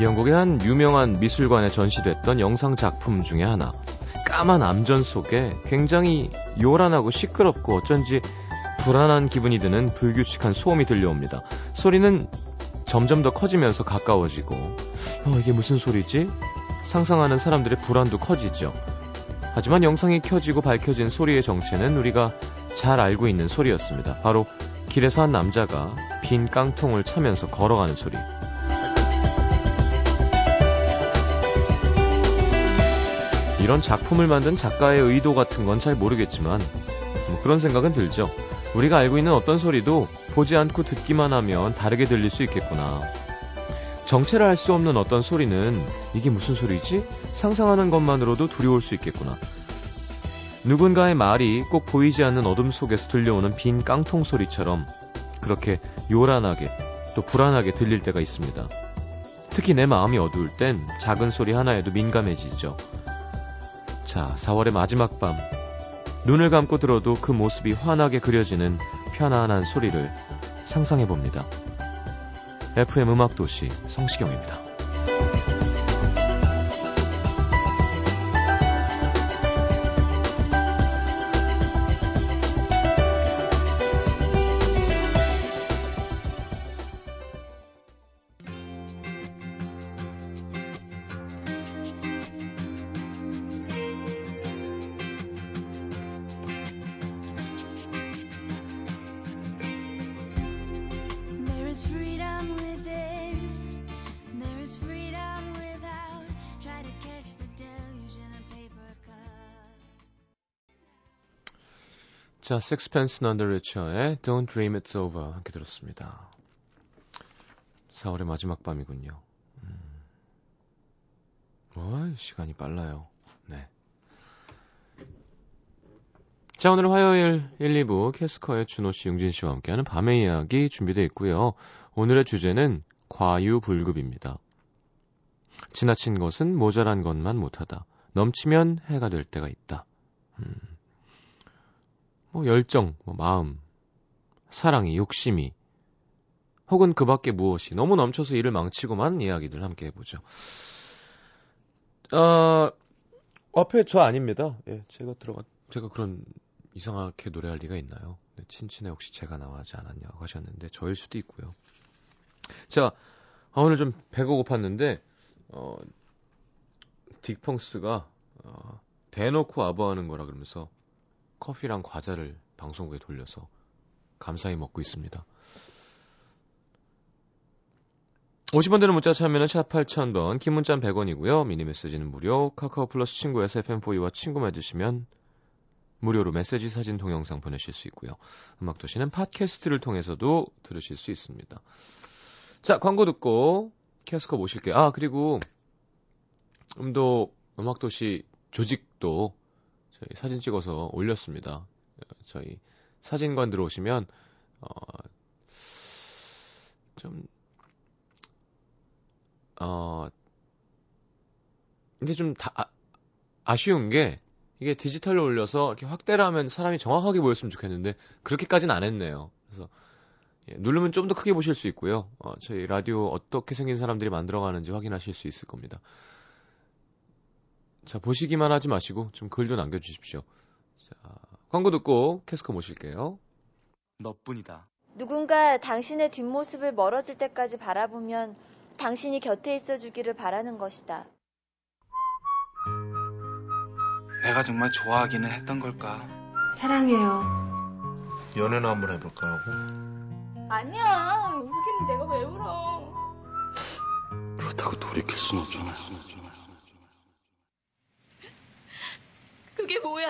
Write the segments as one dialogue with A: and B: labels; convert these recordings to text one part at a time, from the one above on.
A: 영국의 한 유명한 미술관에 전시됐던 영상 작품 중에 하나. 까만 암전 속에 굉장히 요란하고 시끄럽고 어쩐지 불안한 기분이 드는 불규칙한 소음이 들려옵니다. 소리는 점점 더 커지면서 가까워지고, 어, 이게 무슨 소리지? 상상하는 사람들의 불안도 커지죠. 하지만 영상이 켜지고 밝혀진 소리의 정체는 우리가 잘 알고 있는 소리였습니다. 바로 길에서 한 남자가 빈 깡통을 차면서 걸어가는 소리. 이런 작품을 만든 작가의 의도 같은 건 잘 모르겠지만 뭐 그런 생각은 들죠. 우리가 알고 있는 어떤 소리도 보지 않고 듣기만 하면 다르게 들릴 수 있겠구나. 정체를 알 수 없는 어떤 소리는 이게 무슨 소리지? 상상하는 것만으로도 두려울 수 있겠구나. 누군가의 말이 꼭 보이지 않는 어둠 속에서 들려오는 빈 깡통 소리처럼 그렇게 요란하게 또 불안하게 들릴 때가 있습니다. 특히 내 마음이 어두울 땐 작은 소리 하나에도 민감해지죠. 자, 4월의 마지막 밤. 눈을 감고 들어도 그 모습이 환하게 그려지는 편안한 소리를 상상해 봅니다. FM 음악 도시 성시경입니다.
B: There is freedom within. There is freedom without. Try to catch the deluge in a paper cup.
A: 자, Sixpence None the Richer의 Don't Dream It's Over 함께 들었습니다. 4월의 마지막 밤이군요. 음. 어, 시간이 빨라요. 네. 자, 오늘 화요일 1, 2부 캐스커의 준호 씨, 융진 씨와 함께하는 밤의 이야기 준비되어 있고요. 오늘의 주제는 과유불급입니다. 지나친 것은 모자란 것만 못하다. 넘치면 해가 될 때가 있다. 뭐 열정, 뭐 마음, 사랑이, 욕심이, 혹은 그 밖에 무엇이 너무 넘쳐서 일을 망치고만 이야기들 함께 해보죠. 어, 앞에 저 아닙니다. 예, 제가 들어가 제가 그런 이상하게 노래할 리가 있나요? 네, 친친에 혹시 제가 나와지 않았냐고 하셨는데 저일 수도 있고요. 자, 아, 오늘 좀 배가 고팠는데 어, 딕펑스가 어, 대놓고 아부하는 거라 그러면서 커피랑 과자를 방송국에 돌려서 감사히 먹고 있습니다. 50원 되는 문자 참여는 샵 8000번, 긴 문자는 100원이고요. 미니 메시지는 무료, 카카오 플러스 친구에서 FM4E와 친구 맺으시면 무료로 메시지 사진 동영상 보내실 수 있고요. 음악도시는 팟캐스트를 통해서도 들으실 수 있습니다. 자, 광고 듣고 캐스커 모실게요. 아, 그리고 음도 음악도시 조직도 저희 사진 찍어서 올렸습니다. 저희 사진관 들어오시면 어, 좀 어, 근데 좀 다, 아, 아쉬운 게 이게 디지털로 올려서 이렇게 확대를 하면 사람이 정확하게 보였으면 좋겠는데 그렇게까지는 안 했네요. 그래서 예, 누르면 좀 더 크게 보실 수 있고요. 어, 저희 라디오 어떻게 생긴 사람들이 만들어가는지 확인하실 수 있을 겁니다. 자 보시기만 하지 마시고 좀 글 좀 남겨주십시오. 자 광고 듣고 캐스커 모실게요.
C: 너뿐이다.
D: 누군가 당신의 뒷모습을 멀어질 때까지 바라보면 당신이 곁에 있어 주기를 바라는 것이다.
C: 내가 정말 좋아하기는 했던 걸까?
E: 사랑해요.
F: 연애나 한번 해볼까 하고
G: 아니야 우기는 내가 왜 울어
H: 그렇다고 돌이킬 순 없잖아요.
G: 그게 뭐야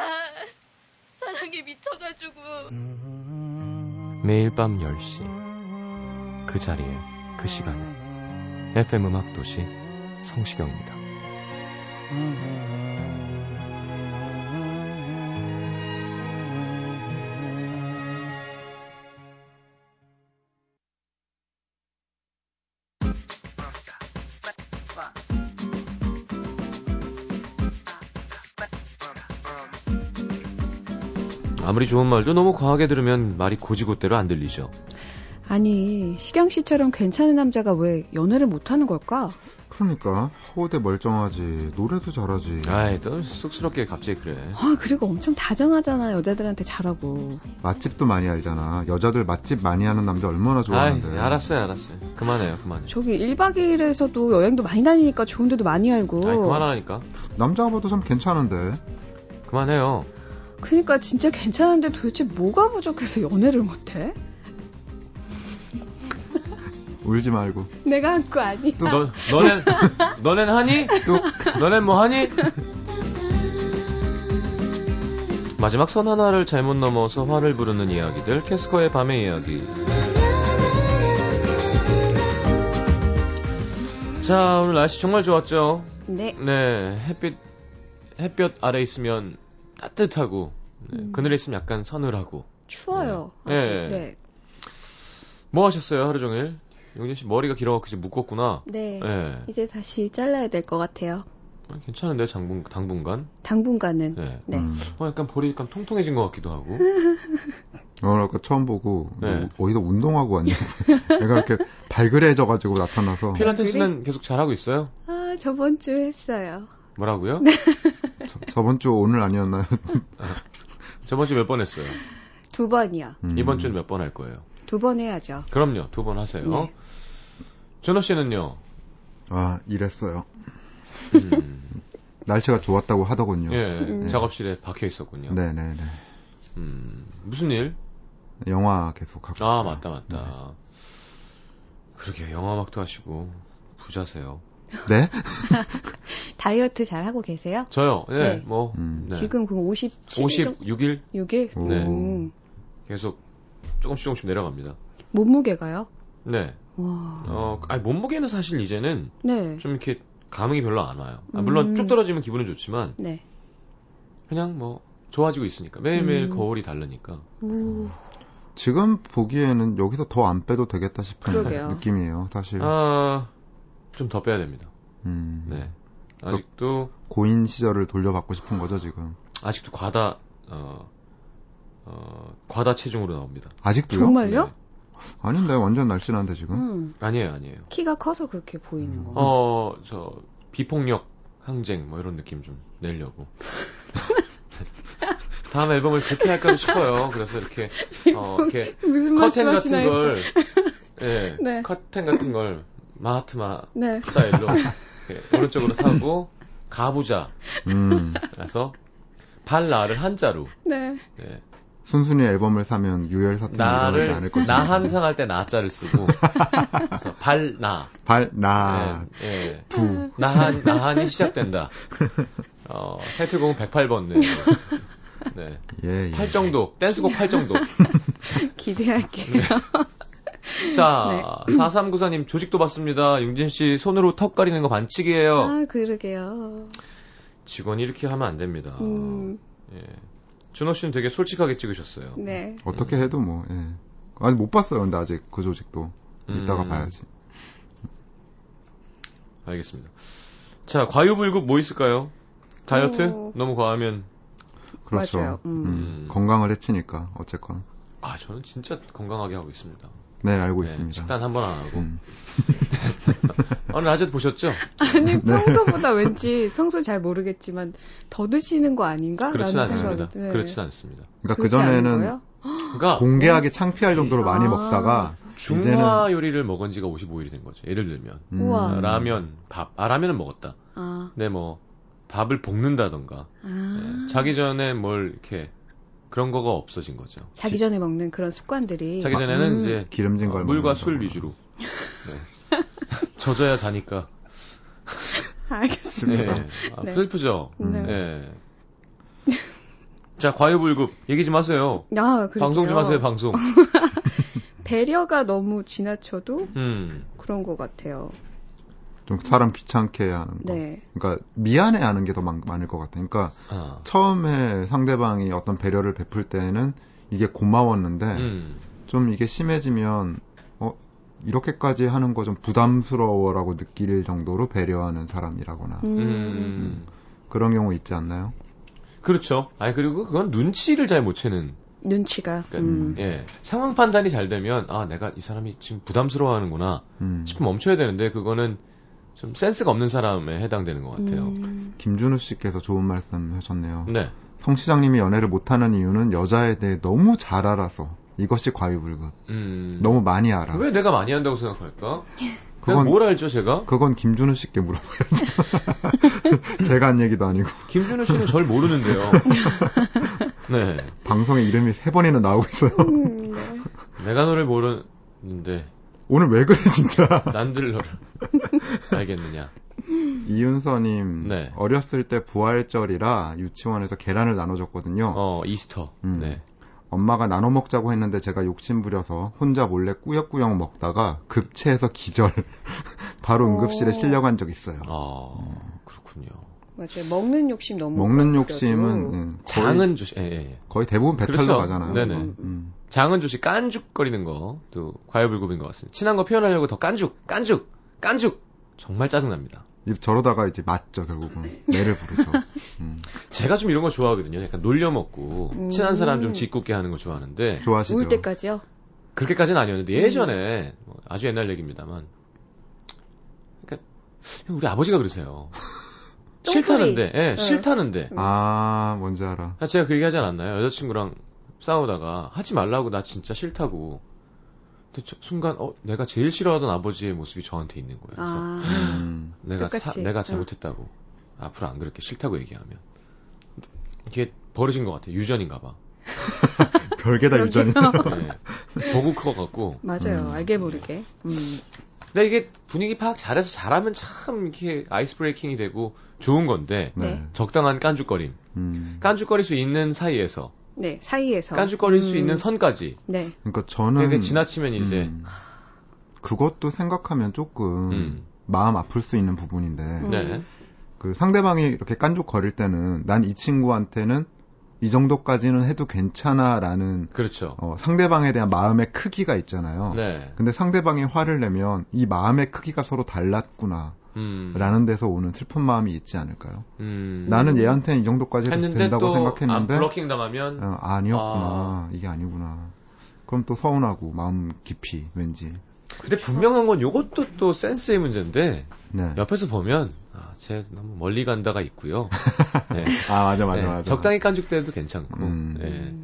G: 사랑에 미쳐가지고
A: 매일 밤 10시 그 자리에 그 시간에 FM 음악 도시 성시경입니다. 아무리 좋은 말도 너무 과하게 들으면 말이 고지고대로 안 들리죠.
E: 아니, 식양 씨처럼 괜찮은 남자가 왜 연애를 못하는 걸까?
F: 그러니까 허우대 멀쩡하지 노래도 잘하지
A: 아이, 또 쑥스럽게 갑자기 그래.
E: 아, 그리고 엄청 다정하잖아, 여자들한테 잘하고.
F: 맛집도 많이 알잖아 여자들 맛집 많이 하는 남자 얼마나
A: 아이,
F: 좋아하는데
A: 알았어요, 알았어요. 그만해요, 그만해.
E: 저기 1박 2일에서도 여행도 많이 다니니까 좋은 데도 많이 알고.
A: 아이, 그만하니까.
F: 남자가 봐도 참 괜찮은데
A: 그만해요.
E: 그러니까 진짜 괜찮은데 도대체 뭐가 부족해서 연애를 못해?
F: 울지 말고
E: 내가 한 거 아니야.
A: 너, 너넨, 너넨 하니? 너넨 뭐 하니? 마지막 선 하나를 잘못 넘어서 화를 부르는 이야기들, 캐스커의 밤의 이야기. 자, 오늘 날씨 정말 좋았죠?
E: 네.
A: 네, 햇빛, 햇볕 아래 있으면 따뜻하고, 네,
E: 음.
A: 그늘에 있으면 약간 서늘하고.
E: 추워요.
A: 네.
E: 아주.
A: 예.
E: 네.
A: 뭐 하셨어요, 하루 종일? 용진 씨 머리가 길어갖고 이제 묶었구나.
E: 네.
A: 네.
E: 이제 다시 잘라야 될 것 같아요.
A: 예. 괜찮은데요, 당분, 당분간?
E: 당분간은.
A: 네.
E: 네.
F: 음.
A: 어, 약간 볼이 약간 통통해진 것 같기도 하고.
F: 오늘 아까 처음 보고
A: 네.
F: 뭐 어디서 운동하고 왔냐고 내가 이렇게 발그레해져가지고 나타나서
E: 네.
A: 필라테스는 계속 잘하고 있어요?
E: 아, 저번 주 했어요.
A: 뭐라고요?
E: 네.
F: 저, 번주 오늘 아니었나요?
A: 저번 주 몇 번 했어요?
E: 두 번이요.
F: 음.
A: 이번 주는 몇 번 할 거예요?
E: 두 번 해야죠.
A: 그럼요, 두 번 하세요.
E: 네.
A: 준호 씨는요?
F: 아 이랬어요
A: 음,
F: 날씨가 좋았다고 하더군요
A: 예,
E: 음.
A: 작업실에 박혀 있었군요.
F: 네. 네네네
A: 음, 무슨 일?
F: 영화 계속 하고
A: 아,
F: 있어요.
A: 맞다, 맞다. 그러게, 영화막도 하시고, 부자세요.
F: 네?
E: 다이어트 잘 하고 계세요?
A: 저요, 예,
E: 네.
A: 뭐,
F: 음.
A: 네.
E: 지금 그럼 57일
A: 56일
E: 일 음.
F: 오.
A: 네. 계속 조금씩 조금씩 내려갑니다.
E: 몸무게가요?
A: 네.
E: 와.
A: 어, 아니, 몸무게는 사실 이제는
E: 네.
A: 좀 이렇게 감흥이 별로 안 와요. 아,
E: 음.
A: 물론 쭉 떨어지면 기분은 좋지만
E: 네.
A: 그냥 뭐 좋아지고 있으니까 매일매일
E: 음.
A: 거울이 다르니까.
E: 오.
F: 지금 보기에는 여기서 더 안 빼도 되겠다 싶은
E: 그러게요.
F: 느낌이에요,
E: 네.
F: 사실.
A: 아, 좀 더 빼야 됩니다.
F: 음,
A: 네. 아직도
F: 고인 시절을 돌려받고 싶은 거죠, 지금.
A: 아직도 과다 어, 어, 과다 체중으로 나옵니다.
F: 아직도요?
E: 정말요?
A: 네.
F: 아닌데, 완전 날씬한데, 지금.
E: 음.
A: 아니에요, 아니에요.
E: 키가 커서 그렇게 보이는 거.
A: 어, 저 비폭력 항쟁 뭐 이런 느낌 좀 내려고. 다음 앨범을 그렇게 할까 싶어요. 그래서 이렇게 어, 이렇게
E: 무슨
A: 커튼 같은
E: 음, 말씀하시나 해서.
A: 걸, 예,
E: 네.
A: 커튼 같은 걸 마하트마
E: 네.
A: 스타일로 이렇게 오른쪽으로 사고 가부자
F: 음,
A: 그래서 발라를 한자로
E: 네.
A: 예,
F: 순순히 앨범을 사면 유혈 음, 사탕이 일어나지
A: 나를
F: 않을 것이
A: 나
F: 다
A: 한상 할 때 나자를 쓰고 그래서 발나
F: 발, 나,
A: 예,
F: 부.
A: 나한 나한이 시작된다. 어 타이틀곡은 108번 네. 네.
F: 예, 예.
A: 팔 정도 댄스곡 팔 정도.
E: 기대할게요.
A: 자
E: 네.
A: 4394님 조직도 봤습니다. 융진 씨 손으로 턱 가리는 거 반칙이에요.
E: 아, 그러게요.
A: 직원이 이렇게 하면 안 됩니다.
E: 음.
A: 예. 준호 씨는 되게 솔직하게 찍으셨어요.
E: 네.
F: 어떻게 해도 뭐, 예. 아니, 못 봤어요, 근데 아직 그 조직도.
A: 음.
F: 이따가 봐야지.
A: 알겠습니다. 자, 과유불급 뭐 있을까요? 다이어트?
E: 오.
A: 너무 과하면.
F: 그렇죠.
E: 맞아요. 음.
A: 음.
F: 건강을 해치니까, 어쨌건.
A: 아, 저는 진짜 건강하게 하고 있습니다.
F: 네, 알고
A: 네,
F: 있습니다.
A: 식단 한 번 안 하고.
F: 음.
A: 오늘 아직 보셨죠? 네.
E: 아니, 평소보다 왠지 평소 잘 모르겠지만 더 드시는 거 아닌가?
A: 그렇진
E: 라는
A: 않습니다.
E: 생각이- 네.
A: 그렇진 않습니다.
F: 그러니까
E: 그렇지 않은
F: 그전에는
E: 거예요?
A: 그러니까
F: 공개하게 창피할 정도로 많이
E: 아.
F: 먹다가,
A: 중화 요리를 먹은 지가 55일이 된 거죠. 예를 들면
F: 음,
E: 우와.
A: 라면, 밥. 아, 라면은 먹었다.
E: 아.
A: 근데 뭐 밥을 볶는다던가 예,
E: 아.
A: 자기 전에 뭘 이렇게 그런 거가 없어진 거죠.
E: 자기 전에 먹는 그런 습관들이
A: 자기 전에는
E: 음.
A: 이제
F: 기름진 걸
A: 물과
F: 먹는다거나.
A: 술 위주로 네. 젖어야 자니까
E: 아, 알겠습니다.
A: 네. 아,
E: 네.
A: 슬프죠.
E: 네.
A: 네. 자 과유불급 얘기 좀 하세요.
E: 아, 그러게요.
A: 방송 좀 하세요 방송.
E: 배려가 너무 지나쳐도
A: 음.
E: 그런 것 같아요.
F: 좀 사람 귀찮게 하는 거.
E: 네.
F: 그러니까 미안해 하는 게 더 많을 것 같아. 그러니까
A: 아.
F: 처음에 상대방이 어떤 배려를 베풀 때는 이게 고마웠는데
A: 음.
F: 좀 이게 심해지면 어 이렇게까지 하는 거 좀 부담스러워라고 느낄 정도로 배려하는 사람이라거나
E: 음.
A: 음.
F: 그런 경우 있지 않나요?
A: 그렇죠. 아니 그리고 그건 눈치를 잘 못 채는
E: 눈치가.
A: 그러니까,
E: 음.
A: 예. 상황 판단이 잘 되면 아 내가 이 사람이 지금 부담스러워하는구나
F: 음.
A: 싶으 멈춰야 되는데 그거는 좀 센스가 없는 사람에 해당되는 것 같아요.
E: 음.
F: 김준우 씨께서 좋은 말씀 하셨네요.
A: 네.
F: 성 시장님이 연애를 못하는 이유는 여자에 대해 너무 잘 알아서 이것이 과유불급.
A: 음.
F: 너무 많이 알아.
A: 왜 내가 많이 한다고 생각할까? 그냥
F: 그건
A: 뭘 알죠 제가?
F: 그건 김준우 씨께 물어봐야죠. 제가 한 얘기도 아니고
A: 김준우 씨는 절 모르는데요. 네.
F: 방송에 이름이 세 번이나 나오고 있어요.
E: 음, 네.
A: 내가 너를 모르는데
F: 오늘 왜 그래 진짜?
A: 난들 너를 알겠느냐.
F: 이윤서님
A: 네.
F: 어렸을 때 부활절이라 유치원에서 계란을 나눠줬거든요.
A: 어 이스터.
F: 음.
A: 네.
F: 엄마가 나눠 먹자고 했는데 제가 욕심 부려서 혼자 몰래 꾸역꾸역 먹다가 급체해서 기절. 바로 응급실에
E: 오.
F: 실려간 적 있어요.
A: 어 그렇군요.
E: 맞아요. 먹는 욕심 너무.
F: 먹는
E: 많이
F: 욕심은
E: 부려도.
F: 음, 거의,
A: 장은 조심. 예, 예, 예.
F: 거의 대부분 배탈로
A: 그렇죠.
F: 가잖아요.
A: 네네.
F: 음.
A: 장은 조심 깐죽거리는 것도 과열불급인 것 같습니다. 친한 거 표현하려고 더 깐죽, 깐죽, 깐죽. 정말 짜증납니다.
F: 이- 저러다가 이제 맞죠 결국은 매를 부르죠. 음.
A: 제가 좀 이런 거 좋아하거든요. 약간 놀려먹고
E: 음.
A: 친한 사람 좀 짓궂게 하는 거 좋아하는데
F: 좋아하시죠.
E: 울 때까지요?
A: 그렇게까지는 아니었는데
E: 음.
A: 예전에 뭐 아주 옛날 얘기입니다만 그러니까 우리 아버지가 그러세요.
E: 똥소리. 네.
A: 싫다는데, 예, 싫다는데.
F: 아 뭔지 알아.
A: 아, 제가 그 얘기 하지 않았나요? 여자친구랑 싸우다가 하지 말라고 나 진짜 싫다고. 근데 저- 순간 어 내가 제일 싫어하던 아버지의 모습이 저한테 있는 거예요. 그래서
E: 아,
F: 음.
A: 내가 사-
E: 똑같이.
A: 내가
E: 어.
A: 잘못했다고 앞으로 안 그렇게 싫다고 얘기하면 이게 버릇인 것 같아요. 유전인가 봐.
F: 별게 다 유전이.
A: 네. 보고 커갖고.
E: 맞아요. 알게 모르게. 음.
A: 근데 이게 분위기 파악 잘해서 잘하면 참 이렇게 아이스 브레이킹이 되고 좋은 건데
E: 네.
A: 적당한 깐죽거림,
F: 음.
A: 깐죽거릴 수 있는 사이에서
E: 네, 사이에서.
A: 깐죽거릴 수
E: 음,
A: 있는 선까지.
E: 네.
F: 그러니까
A: 근데
F: 저는
A: 지나치면 이제
F: 음. 그것도 생각하면 조금
A: 음.
F: 마음 아플 수 있는 부분인데
A: 네.
F: 그 상대방이 이렇게 깐족거릴 때는 난 이 친구한테는 이 정도까지는 해도 괜찮아라는
A: 그렇죠.
F: 어, 상대방에 대한 마음의 크기가 있잖아요.
A: 네.
F: 근데 상대방이 화를 내면 이 마음의 크기가 서로 달랐구나라는
A: 음.
F: 데서 오는 슬픈 마음이 있지 않을까요?
A: 음.
F: 나는 얘한테는 이 정도까지 해도
A: 했는데
F: 된다고
A: 또
F: 생각했는데
A: 아, 블러킹 당하면
F: 어, 아니었구나 이게 아니구나. 그럼 또 서운하고 마음 깊이 왠지
A: 근데 분명한 건 요것도 또 센스의 문제인데
F: 네.
A: 옆에서 보면 아, 쟤 너무 멀리 간다가 있고요. 네.
F: 아 맞아 맞아
A: 네,
F: 맞아.
A: 적당히 깐죽대도 괜찮고.
F: 음.
A: 네.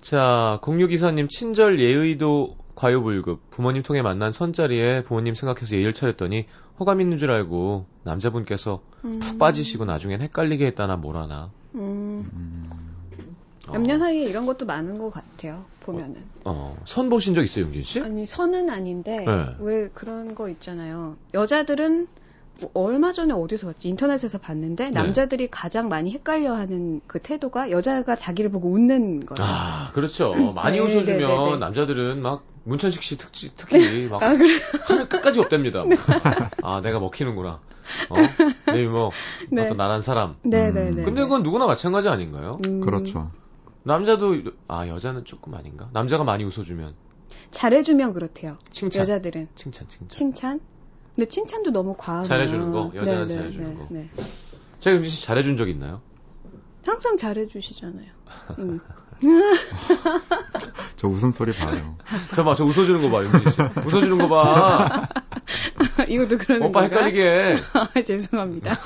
A: 자, 0624님, 친절 예의도 과유불급. 부모님 통해 만난 선자리에 부모님 생각해서 예의를 차렸더니 호감 있는 줄 알고 남자분께서 푹 빠지시고 나중엔 헷갈리게 했다나 뭐라나.
E: 음,
F: 음,
A: 어,
E: 남녀 사이에 이런 것도 많은 것 같아요. 보면은.
A: 어, 선 보신 적 있어요, 용진 씨?
E: 아니 선은 아닌데
A: 네.
E: 왜 그런 거 있잖아요. 여자들은 뭐 얼마 전에 어디서 봤지? 인터넷에서
A: 네.
E: 봤는데 남자들이 가장 많이 헷갈려하는 그 태도가 여자가 자기를 보고 웃는 거예요.
A: 아, 그렇죠. 많이
E: 네,
A: 웃어주면
E: 네, 네, 네.
A: 남자들은 막 문천식 씨 특지, 특히 막
E: 아, 네. 그래?
A: 하늘 끝까지 없답니다. 아, 내가 먹히는구나. 어? 내 유머.
E: 네.
A: 어떤 나란 사람.
E: 네네네.
A: 음.
E: 음.
A: 근데 그건 누구나 마찬가지 아닌가요?
F: 그렇죠.
A: 남자도 아 여자는 조금 아닌가? 남자가 많이 웃어주면
E: 잘해주면 그렇대요.
A: 칭찬,
E: 여자들은
A: 칭찬, 칭찬.
E: 칭찬. 근데 칭찬도 너무 과하면
A: 잘해주는 거? 여자는
E: 네네,
A: 잘해주는
E: 네,
A: 거.
E: 네.
A: 제가 음식 씨 잘해준 적 있나요?
E: 항상 잘해주시잖아요. 음.
F: 저 웃음소리 봐요.
A: 저 봐, 저 웃어주는 거 봐, 윤진 씨. 웃어주는 거 봐.
E: 이것도 그러는
A: 오빠
E: 건가?
A: 헷갈리게. 해.
E: 아, 죄송합니다.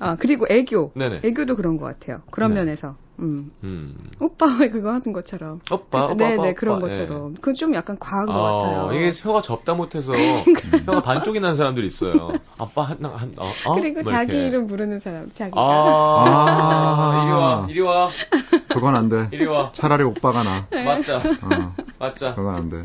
E: 아 그리고 애교.
A: 네네.
E: 애교도 그런 것 같아요. 그런
A: 네.
E: 면에서. 음.
A: 음.
E: 오빠 왜 그거 하는 것처럼.
A: 오빠, 오빠,
E: 네네
A: 오빠. 오빠.
E: 그런
A: 예.
E: 것처럼. 그건 좀 약간 과한 것
A: 어,
E: 같아요. 그러니까.
A: 이게 혀가 접다 못해서 혀가 반쪽이 난 사람들이 있어요. 아빠 한, 한, 어, 어?
E: 그리고
A: 뭐
E: 자기
A: 이렇게.
E: 이름 부르는 사람. 자기가.
A: 아,
F: 아,
A: 이리 와, 이리 와,
F: 그건 안 돼.
A: 이리 와.
F: 차라리 오빠가 나.
E: 네.
A: 맞자,
F: 어,
A: 맞자.
F: 그건 안 돼.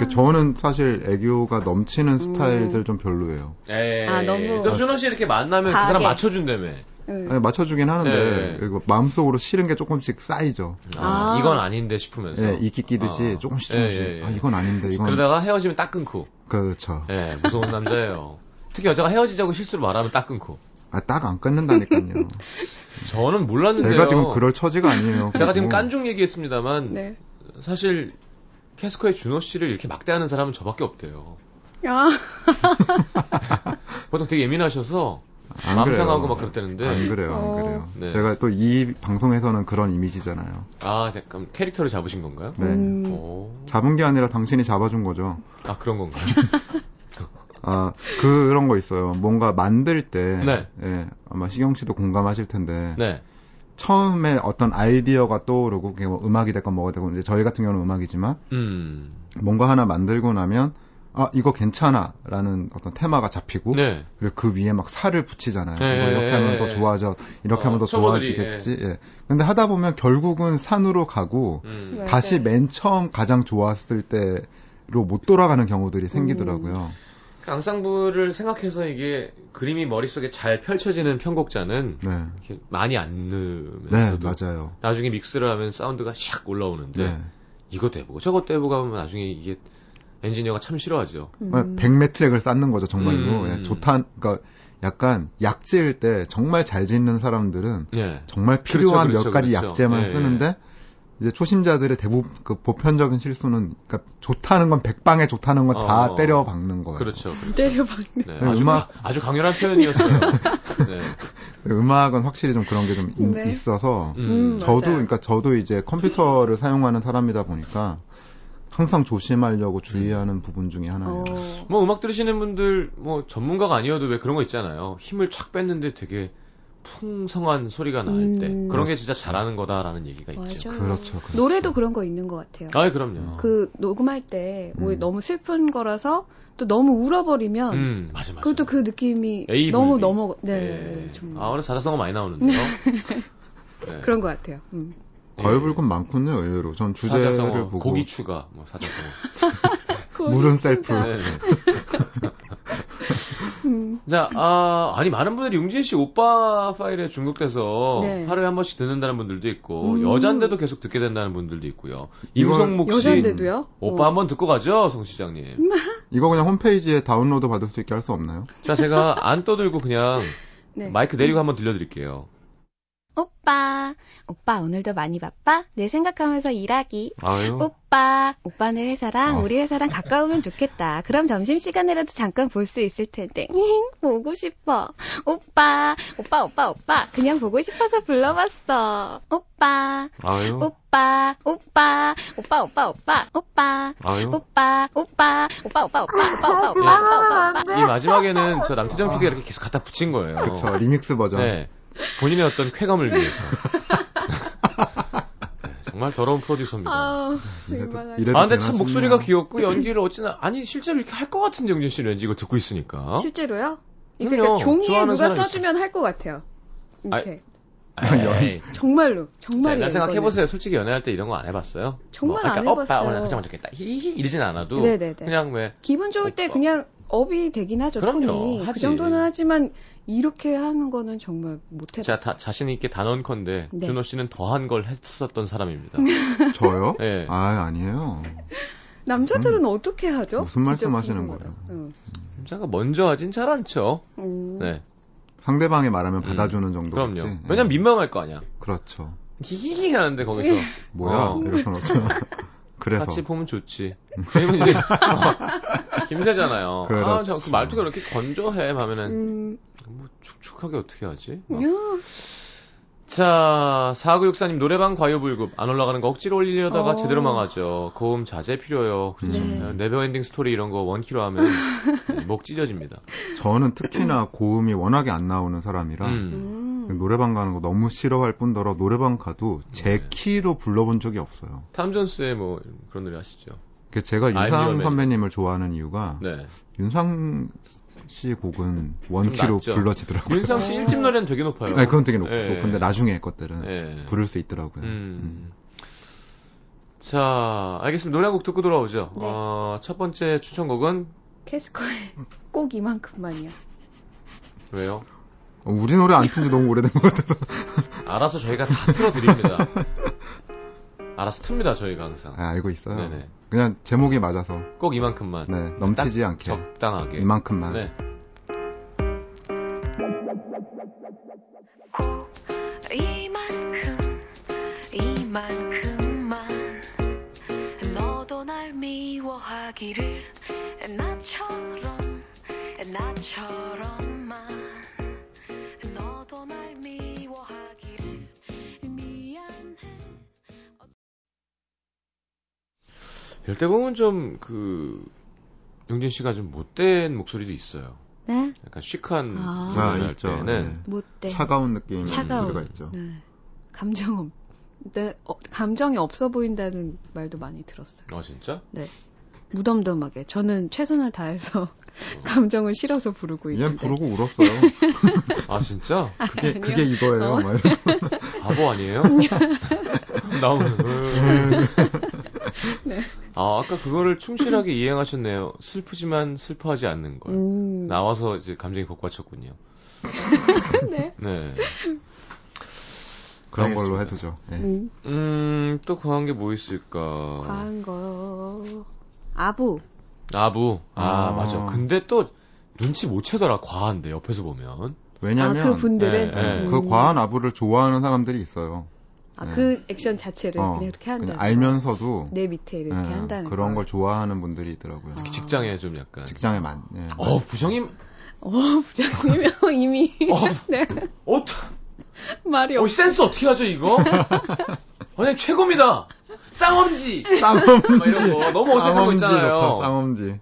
F: 그 저는 사실 애교가 넘치는 스타일들 좀 별로예요.
A: 에이.
E: 아, 너무-
A: 또 준호 씨 이렇게 만나면 그 사람
E: 과하게.
A: 맞춰준다며.
E: 응.
F: 아니, 맞춰주긴 하는데
A: 네.
F: 이거 마음속으로 싫은 게 조금씩 쌓이죠.
A: 아,
E: 아.
A: 이건 아닌데 싶으면서.
F: 예, 이끼 끼듯이
A: 아.
F: 조금씩
A: 예,
F: 조금씩
A: 예, 예.
F: 아 이건 아닌데 이건
A: 그러다가 헤어지면 딱 끊고.
F: 그렇죠.
A: 예, 무서운 남자예요. 특히 여자가 헤어지자고 실수로 말하면 딱 끊고.
F: 아 딱 안 끊는다니까요.
A: 저는 몰랐는데요.
F: 제가 지금 그럴 처지가 아니에요.
A: 제가 지금
F: 그리고
A: 깐중 얘기했습니다만
E: 네.
A: 사실 캐스커의 준호 씨를 이렇게 막대하는
F: 네.
A: 사람은 저밖에 없대요.
E: 아,
A: 보통 되게 예민하셔서
F: 안
A: 마음
F: 그래요.
A: 상하고 막 그랬다는데.
F: 안 그래요, 안
E: 어.
F: 그래요.
A: 네.
F: 제가 또 이 방송에서는 그런 이미지잖아요.
A: 아, 약간 캐릭터를 잡으신 건가요?
F: 네.
E: 음,
A: 오.
F: 잡은 게 아니라 당신이 잡아준 거죠.
A: 아, 그런 건가요?
F: 아, 그런 거 있어요. 뭔가 만들 때,
A: 네.
F: 예, 아마 시경 씨도 공감하실 텐데,
A: 네.
F: 처음에 어떤 아이디어가 떠오르고, 그게 뭐 음악이 됐건 뭐가 되건, 이제 저희 같은 경우는 음악이지만,
A: 음.
F: 뭔가 하나 만들고 나면, 아, 이거 괜찮아. 라는 어떤 테마가 잡히고,
A: 네.
F: 그리고 그 위에 막 살을 붙이잖아요.
A: 예,
F: 뭐 이렇게
A: 예,
F: 하면
A: 예,
F: 더
A: 예.
F: 좋아져, 이렇게
A: 어,
F: 하면 더
A: 초보들이, 네.
F: 좋아지겠지. 예. 근데 하다 보면 결국은 산으로 가고,
A: 음.
E: 네.
F: 다시 맨 처음 가장 좋았을 때로 못 돌아가는
E: 음.
F: 경우들이 생기더라고요.
A: 그러니까 앙상블을 생각해서 이게 그림이 머릿속에 잘 펼쳐지는 편곡자는
F: 네.
A: 이렇게 많이 안
F: 네,
A: 넣으면서도
F: 맞아요.
A: 나중에 믹스를 하면 사운드가 샥 올라오는데
F: 네.
A: 이것도 해보고 저것도 해보고 하면 나중에 이게 엔지니어가 참 싫어하죠.
E: 음.
F: 아, 100매 트랙을 쌓는 거죠, 정말로.
A: 음.
F: 예, 좋다, 그러니까 약간 약 지을 때 정말 잘 짓는 사람들은
A: 네.
F: 정말
A: 그렇죠,
F: 필요한
A: 그렇죠,
F: 몇 가지
A: 그렇죠.
F: 약재만
A: 예, 예.
F: 쓰는데 이제 초심자들의 대부분 그 보편적인 실수는 그러니까 좋다는 건 백방에 좋다는 건 다
A: 어.
F: 때려 박는 거예요.
A: 그렇죠.
E: 때려박는.
A: 네,
F: 네,
A: 아주, 가-
F: 음악-
A: 아주 강렬한 표현이었어요. 네.
F: 음악은 확실히 좀 그런 게 좀
E: 네.
F: 있어서
A: 음.
E: 음.
F: 저도
E: 맞아요.
F: 그러니까 저도 이제 컴퓨터를 사용하는 사람이다 보니까 항상 조심하려고 주의하는 부분 중에 하나예요.
E: 어,
A: 뭐 음악 들으시는 분들 뭐 전문가가 아니어도 왜 그런 거 있잖아요. 힘을 촥 뺐는데 되게 풍성한 소리가 날 때
E: 음.
A: 그런 게 진짜 잘하는 거다라는 얘기가 있죠.
E: 맞아요.
F: 그렇죠. 그렇죠.
E: 노래도 그런 거 있는 것 같아요.
A: 아, 그럼요.
E: 그 녹음할 때
F: 음.
E: 오히려 너무 슬픈 거라서 또 너무 울어버리면
A: 음, 맞아 맞아.
E: 그것도 그 느낌이
A: 에이블비.
E: 너무 넘어 네,
A: 예.
E: 정말
A: 아, 오늘 사자성어 많이 나오는데요. 네.
E: 그런 것 같아요. 음.
F: 걸불금 많군요, 의외로. 전 주제를
A: 사자성어,
F: 보고
A: 고기 추가, 뭐 사자성어.
F: 물은 셀프.
E: 아.
A: 네, 네.
E: 음,
A: 자, 아, 아니 많은 분들이 융진 씨 오빠 파일에 중독돼서
E: 네.
A: 하루에 한 번씩 듣는다는 분들도 있고
E: 음.
A: 여잔데도 계속 듣게 된다는 분들도 있고요.
F: 이건
A: 임성묵 씨,
E: 여잔데도요?
A: 오빠 뭐
E: 어.
A: 한번 듣고 가죠, 성 시장님.
F: 이거 그냥 홈페이지에 다운로드 받을 수 있게 할 수 없나요?
A: 자, 제가 안 떠들고 그냥
E: 네.
A: 마이크 내리고 한번 들려드릴게요.
I: 오빠, 오빠 오늘도 많이 바빠? 내 생각하면서 일하기.
A: 아유.
E: 어?
I: 오빠, 오빠네 회사랑
F: 어.
I: 우리 회사랑 가까우면 좋겠다. 그럼 점심시간이라도 잠깐 볼 수 있을 텐데. 잉, 보고 싶어. 오빠, 오빠, 오빠, 오빠. 그냥 보고 싶어서 불러봤어. 오빠,
A: 아유.
E: 어?
I: 오빠, 오빠, 오빠, 오빠, 오빠, 오빠.
A: 아유.
E: 어?
I: 오빠, 오빠, 오빠, 오빠, 오빠, 오빠, 오빠,
A: 예.
I: 오빠,
E: 아,
I: 오빠, 오빠.
E: 네.
A: 이 마지막에는 저 남태정 PD가 이렇게 계속 갖다 붙인 거예요.
F: 저 리믹스 버전.
A: 어. 네. 본인의 어떤 쾌감을 위해서. 네, 정말 더러운 프로듀서입니다. 아,
E: 아,
F: 이래도,
E: 이만한-
F: 이래도
A: 근데
F: 되나
A: 참 목소리가
F: 싶네요.
A: 귀엽고 연기를 어찌나 아니 실제로 이렇게 할 것 같은데 영진 씨는 왠지 이거 듣고 있으니까. 어?
E: 실제로요?
A: 그럼요.
E: 그러니까 종이에
A: 좋아하는
E: 누가
A: 사람
E: 써주면 할 것 같아요. 이렇게
A: 에이,
E: 정말로 정말
A: 옛날 네, 생각해 보세요. 솔직히 연애할 때 이런 거 안 해봤어요.
E: 정말
A: 뭐,
E: 안
A: 그러니까 오빠
E: 해봤어요.
A: 오늘 화장 좋겠다. 히히 이러진 않아도
E: 네네네.
A: 그냥 왜
E: 기분 좋을 때
A: 오빠.
E: 그냥 업이 되긴 하죠
A: 그럼요,
E: 톤이 그
A: 하지.
E: 정도는 하지만 이렇게 하는 거는 정말 못해봤어요.
A: 제가 다- 자신 있게 단언컨대
E: 네.
A: 준호 씨는 더한 걸 했었던 사람입니다.
F: 저요?
A: 예.
F: 아, 아니에요.
E: 남자들은
A: 음.
E: 어떻게 하죠?
F: 무슨
E: 진짜
F: 말씀하시는
E: 궁금하다. 응.
A: 남자가 먼저 하진 잘 않죠.
E: 음.
A: 네.
F: 상대방이 말하면
A: 음.
F: 받아주는 정도겠지.
A: 그럼요.
F: 예.
A: 왜냐면 민망할 거 아니야.
F: 그렇죠.
A: 히히히 하는데 거기서
F: 뭐야?
A: 어.
F: 이렇게 놓죠. 그래서
A: 같이 보면 좋지. 왜냐면 이제 어, 김새잖아요. 아,
F: 그렇죠.
A: 저 그 말투가 이렇게 건조해 하면은
E: 음.
A: 뭐 축축하게 어떻게 하지? 막.
E: 야,
A: 자, 4964님 노래방 과유불급 안 올라가는 거 억지로 올리려다가
E: 어.
A: 제대로 망하죠. 고음 자제 필요해요. 그렇죠.
E: 네.
A: 네버엔딩 스토리 이런 거 원키로 하면 네, 목 찢어집니다.
F: 저는 특히나 고음이 워낙에 안 나오는 사람이라
A: 음.
E: 음.
F: 노래방 가는 거 너무 싫어할 뿐더러 노래방 가도 제
A: 네.
F: 키로 불러본 적이 없어요.
A: 탐존스의 뭐 그런 노래 아시죠?
F: 그 제가
A: I'm your man.
F: 윤상 선배님을 좋아하는 이유가
A: 네.
F: 윤상 씨 곡은 원키로
A: 낮죠.
F: 불러지더라고요.
A: 윤상 씨
E: 어.
A: 1집 노래는 되게 높아요.
F: 뭐 아니, 그건 되게 높고
A: 예.
F: 근데 나중에 것들은
A: 예.
F: 부를 수 있더라고요.
A: 음. 자, 알겠습니다. 노래 한 곡 듣고 돌아오죠.
E: 네.
A: 어, 첫 번째 추천곡은
E: 캐스커의 꼭 이만큼만이야.
A: 왜요?
F: 어, 우리 노래 안 튼 지 너무 오래된 것 같아서.
A: 알아서 저희가 다 틀어드립니다. 알아서 틉니다, 저희가 항상.
F: 아, 알고 있어요.
A: 네네.
F: 그냥 제목이 맞아서
A: 꼭 이만큼만.
F: 네, 넘치지 않게
A: 적당하게.
F: 이만큼만.
A: 네.
B: 이만큼 이만큼만 너도 날 미워하기를 나처럼 나처럼만
A: 열대공은 좀 그 용진 씨가 좀 못된 목소리도 있어요.
I: 네?
A: 약간 시크한
E: 아.
A: 부분을
F: 아,
A: 할
F: 있죠.
A: 때는
E: 못돼.
F: 네. 차가운 느낌의
I: 차가운.
F: 노래가 있죠.
E: 네. 감정 없. 네, 어, 감정이 없어 보인다는 말도 많이 들었어요.
F: 네.
A: 아 진짜?
E: 무덤덤하게. 저는 최선을 다해서 감정을 실어서 부르고
F: 얘는
E: 있는데.
F: 부르고 울었어요.
A: 아 진짜?
F: 그게, 그게 이거예요. 막 이러고.
A: 바보 아니에요? 나오는.
E: 네.
A: 아 아까 그거를 충실하게 이행하셨네요. 슬프지만 슬퍼하지 않는 걸.
E: 음.
A: 나와서 이제 감정이 복받쳤군요.
E: 네.
A: 네.
F: 그런
A: 알겠습니다.
F: 걸로 해두죠. 예.
E: 음,
A: 음, 또 과한 게 뭐 있을까?
E: 과한 거. 아부.
A: 아부. 아,
F: 아.
A: 맞아. 근데 또 눈치 못 채더라, 과한데, 옆에서 보면.
F: 왜냐면
E: 아, 그 분들은.
A: 네, 네.
E: 음.
F: 그 과한 아부를 좋아하는 사람들이 있어요.
E: 아, 그 액션 자체를
F: 어,
E: 그냥 이렇게 한다.
F: 그냥 알면서도
E: 내 밑에 네, 이렇게
F: 예,
E: 한다는
F: 그런
E: 거.
F: 걸 좋아하는 분들이 있더라고요.
E: 아.
A: 직장에 좀 약간.
F: 직장에 만. 예.
A: 어, 부장님,
E: 어, 부장님이 이미 네,
A: 어,
E: 말이
A: 어,
E: 없.
A: 센스 어떻게 하죠, 이거? 완전 최고입니다! 쌍엄지! 막 이런 거. 너무 어색한 거
F: 쌍엄지 좋다.
A: 있잖아요.
F: 쌍엄지.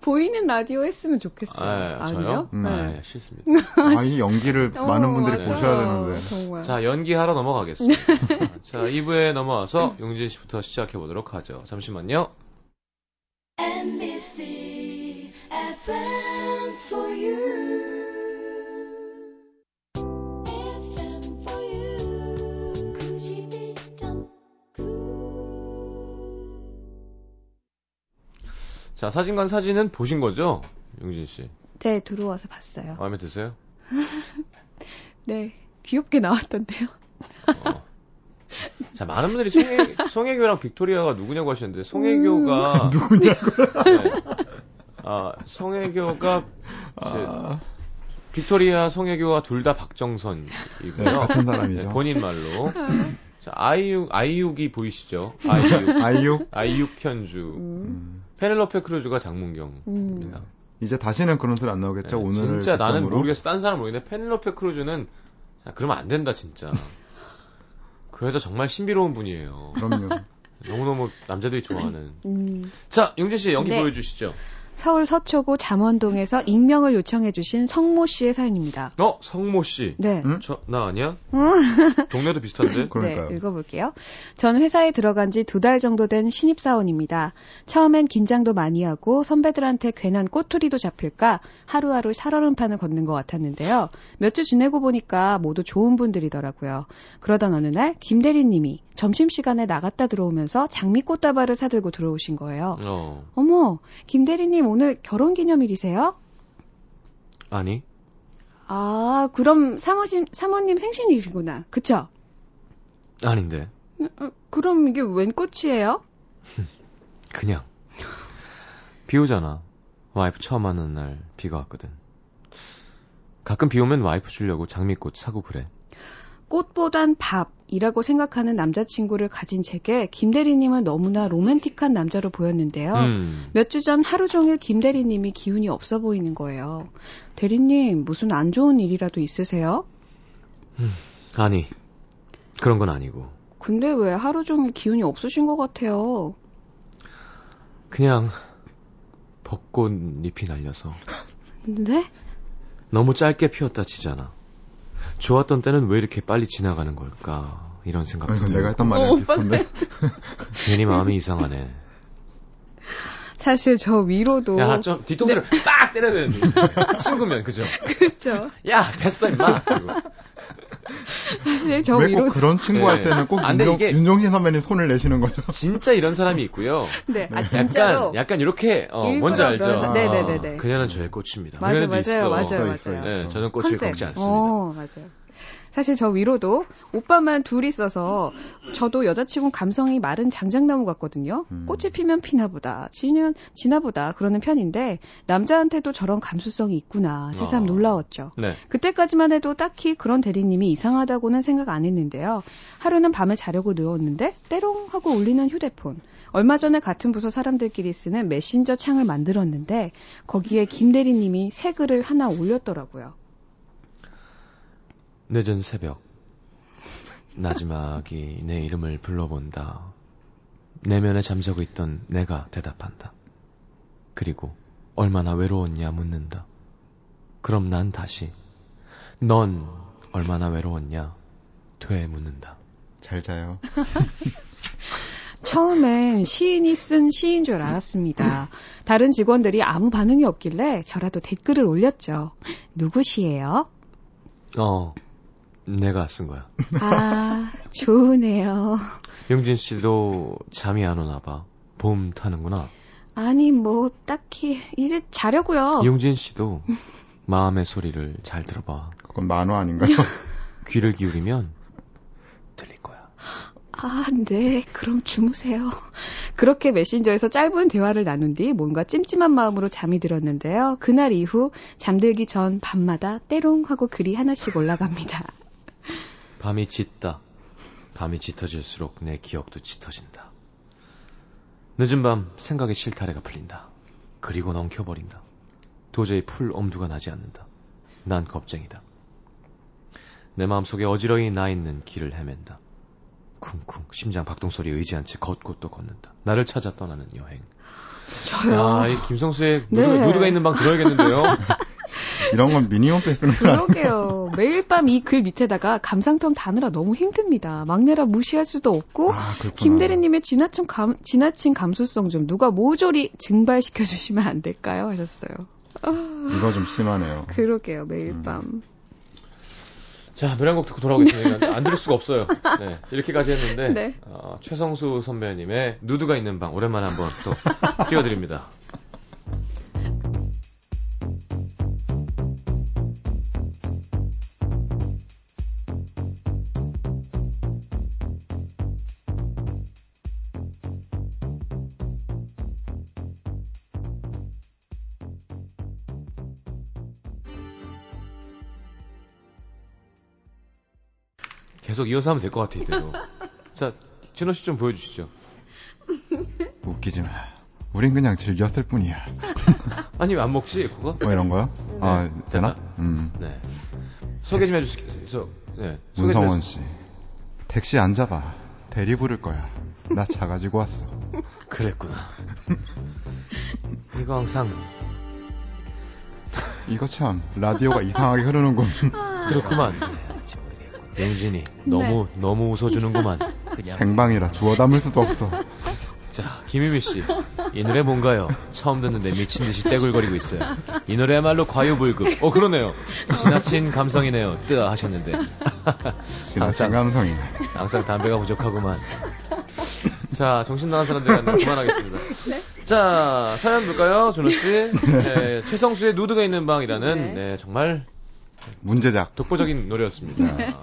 E: 보이는 라디오 했으면 좋겠어요.
A: 아,
E: 아니요? 네.
A: 저요?
F: 음.
A: 아, 예, 싫습니다.
F: 아, 이 연기를
E: 어,
F: 많은 분들이
E: 맞아요.
F: 보셔야 되는데.
E: 정말.
A: 자, 연기하러 넘어가겠습니다.
F: 네.
A: 자, 2부에 넘어와서 용진 씨부터 시작해 보도록 하죠. 잠시만요.
B: NBC FM for you. FM for you. 91.9.
A: 자, 사진관 사진은 보신 거죠? 용진 씨.
E: 네, 들어와서 봤어요.
A: 마음에 드세요?
E: 네, 귀엽게 나왔던데요.
A: 어. 자, 많은 분들이 송혜, 송혜교랑 빅토리아가 누구냐고 하시는데, 송혜교가.
F: 음. 누구냐고.
A: 네. 아, 송혜교가. 이제
F: 아,
A: 빅토리아, 송혜교가 둘 다
F: 네,
A: 박정선이고요.
F: 같은
A: 네,
F: 사람이죠.
A: 본인 말로. 자, 아이유, 아이유기 보이시죠? 아이유.
F: 아이유.
A: 아이유현주.
F: 음.
A: 페넬로페 크루즈가 장문경입니다.
E: 음.
F: 이제 다시는 그런 소리 안
A: 네,
F: 나오겠죠. 오늘
A: 진짜 나는 모르겠어. 딴 사람 모르겠는데 페넬로페 크루즈는 자, 그러면 안 된다 진짜. 그 여자 정말 신비로운 분이에요.
F: 그럼요.
A: 너무너무 남자들이 좋아하는.
E: 음.
A: 자, 용진 씨 연기
E: 네.
A: 보여주시죠.
E: 서울 서초구 잠원동에서 익명을 요청해주신 성모 씨의 사연입니다.
A: 어, 성모 씨.
E: 네. 어.
F: 음?
A: 저, 나 아니야? 동네도 비슷한데?
F: 그러니까요.
E: 네, 읽어볼게요. 전 회사에 들어간 지 두 달 정도 된 신입사원입니다. 처음엔 긴장도 많이 하고 선배들한테 괜한 꼬투리도 잡힐까 하루하루 살얼음판을 걷는 것 같았는데요. 몇 주 지내고 보니까 모두 좋은 분들이더라고요. 그러던 어느 날 김 대리님이 점심시간에 나갔다 들어오면서 장미꽃다발을 사들고 들어오신 거예요.
A: 어,
E: 어머, 김 대리님 오늘 결혼기념일이세요?
A: 아니.
E: 아, 그럼 사모님, 사모님 생신이구나. 그쵸?
A: 아닌데.
E: 어, 그럼 이게 웬 꽃이에요?
A: 그냥. 비 오잖아. 와이프 처음 하는 날 비가 왔거든. 가끔 비 오면 와이프 주려고 장미꽃 사고 그래.
E: 꽃보단 밥이라고 생각하는 남자친구를 가진 제게 김 대리님은 너무나 로맨틱한 남자로 보였는데요.
A: 음.
E: 몇 주 전 하루 종일 김 대리님이 기운이 없어 보이는 거예요. 대리님, 무슨 안 좋은 일이라도 있으세요?
A: 아니. 그런 건 아니고.
E: 근데 왜 하루 종일 기운이 없으신 것 같아요?
A: 그냥 벚꽃잎이 날려서
E: 네?
A: 너무 짧게 피었다 치잖아. 좋았던 때는 왜 이렇게 빨리 지나가는 걸까? 이런 생각도
F: 그래서
A: 들고
F: 내가 했던 말이 비슷한데.
A: 괜히 마음이 이상하네.
E: 사실 저 위로도.
A: 야, 좀 뒤통수를
E: 네.
A: 빡 때려야 되는데. 친구면 그죠?
E: 그쵸.
A: 야, 됐어 임마. 그리고.
E: 사실 저
F: 왜 꼭
E: 위로도.
F: 그런 친구
A: 네.
F: 할 때는 꼭
A: 안 돼,
F: 윤종,
A: 이게-
F: 윤종신 선배님 손을 내시는 거죠.
A: 진짜 이런 사람이 있고요.
E: 네, 아, 진짜로.
A: 그- 약간 약간 이렇게 어,
E: 일부러
A: 뭔지 알죠? 어,
E: 그러죠.
F: 네, 네,
E: 네, 네.
A: 그녀는 저의 꽃입니다.
E: 맞아,
A: 그녀도
E: 맞아요,
A: 있어.
E: 맞아요, 맞아요.
F: 있어, 있어.
A: 네, 저는 꽃을
E: 컨셉.
A: 꺾지 않습니다.
E: 어, 맞아요. 사실 저 위로도 오빠만 둘이 있어서 저도 여자치곤 감성이 마른 장작나무 같거든요.
F: 음.
E: 꽃이 피면 피나보다, 지면 지나보다 그러는 편인데 남자한테도 저런 감수성이 있구나 새삼
A: 아.
E: 놀라웠죠.
A: 네.
E: 그때까지만 해도 딱히 그런 대리님이 이상하다고는 생각 안 했는데요. 하루는 밤에 자려고 누웠는데 때롱 하고 울리는 휴대폰. 얼마 전에 같은 부서 사람들끼리 쓰는 메신저 창을 만들었는데 거기에 김 대리님이 새 글을 하나 올렸더라고요.
A: 늦은 새벽. 나지막이 내 이름을 불러본다. 내면에 잠자고 있던 내가 대답한다. 그리고 얼마나 외로웠냐 묻는다. 그럼 난 다시 넌 얼마나 외로웠냐 되묻는다.
F: 잘 자요.
E: 처음엔 시인이 쓴 시인 줄 알았습니다. 다른 직원들이 아무 반응이 없길래 저라도 댓글을 올렸죠. 누구시에요?
A: 어, 내가 쓴 거야.
E: 아, 좋으네요.
A: 용진 씨도 잠이 안 오나 봐. 봄 타는구나.
E: 아니, 뭐, 딱히, 이제 자려고요.
A: 용진 씨도 마음의 소리를 잘 들어봐.
F: 그건 만화 아닌가요?
A: 귀를 기울이면 들릴 거야.
E: 아, 네. 그럼 주무세요. 그렇게 메신저에서 짧은 대화를 나눈 뒤 뭔가 찜찜한 마음으로 잠이 들었는데요. 그날 이후 잠들기 전 밤마다 때롱 하고 글이 하나씩 올라갑니다.
A: 밤이 짙다. 밤이 짙어질수록 내 기억도 짙어진다. 늦은 밤 생각의 실타래가 풀린다. 그리고 넘겨버린다. 도저히 풀 엄두가 나지 않는다. 난 겁쟁이다. 내 마음속에 어지러이 나 있는 길을 헤맨다. 쿵쿵 심장 박동 소리에 의지한 채 걷고 또 걷는다. 나를 찾아 떠나는 여행.
E: 저요.
A: 아, 이 김성수의
E: 네.
A: 누드, 누드가 있는 방 들어야겠는데요.
F: 이런 건 미니홈피 쓰는 거 아니에요?
E: 그러게요. 매일 밤 이 글 밑에다가 감상평 다느라 너무 힘듭니다. 막내라 무시할 수도 없고
F: 아, 그렇구나.
E: 김대리님의 지나친, 감, 지나친 감수성 좀 누가 모조리 증발시켜 주시면 안 될까요? 하셨어요.
F: 이거 좀 심하네요.
E: 그러게요.
F: 음.
E: 매일 밤.
A: 자, 노래 한 곡 듣고 돌아오겠습니다. 안 들을 수가 없어요. 네, 이렇게까지 했는데
E: 네.
A: 어, 최성수 선배님의 누드가 있는 방 오랜만에 한번 또 띄워드립니다. 계속 이어서 하면 될 것 같아요, 이대로. 자, 준호 씨 좀 보여주시죠.
F: 웃기지 마. 우린 그냥 즐겼을 뿐이야.
A: 아니, 왜 안 먹지, 그거?
F: 뭐 이런 거요? 아, 되나? 음.
A: 네. 소개 좀 해주시겠어요? 네. 소개 좀
F: 문성원
A: 해주세요.
F: 씨. 택시 안 잡아. 대리 부를 거야. 나 차 가지고 왔어.
A: 그랬구나. 이거 항상
F: 이거 참 라디오가 이상하게 흐르는군.
A: 그렇구만. 영진이 너무 너무 웃어주는구만.
F: 생방이라 주워 담을 수도 없어.
A: 자, 김유미 씨, 이 노래 뭔가요? 처음 듣는데 미친 듯이 떼굴거리고 있어요. 이 노래야말로 과유불급. 어 그러네요. 지나친 감성이네요. 뜨아 하셨는데.
F: 지나친 감성이.
A: 항상 담배가 부족하구만. 자, 정신 나간 사람들한테 그만하겠습니다. 자, 사연 볼까요, 준호 씨? 네, 최성수의 누드가 있는 방이라는 네, 정말
F: 문제작.
A: 독보적인 노래였습니다. 네.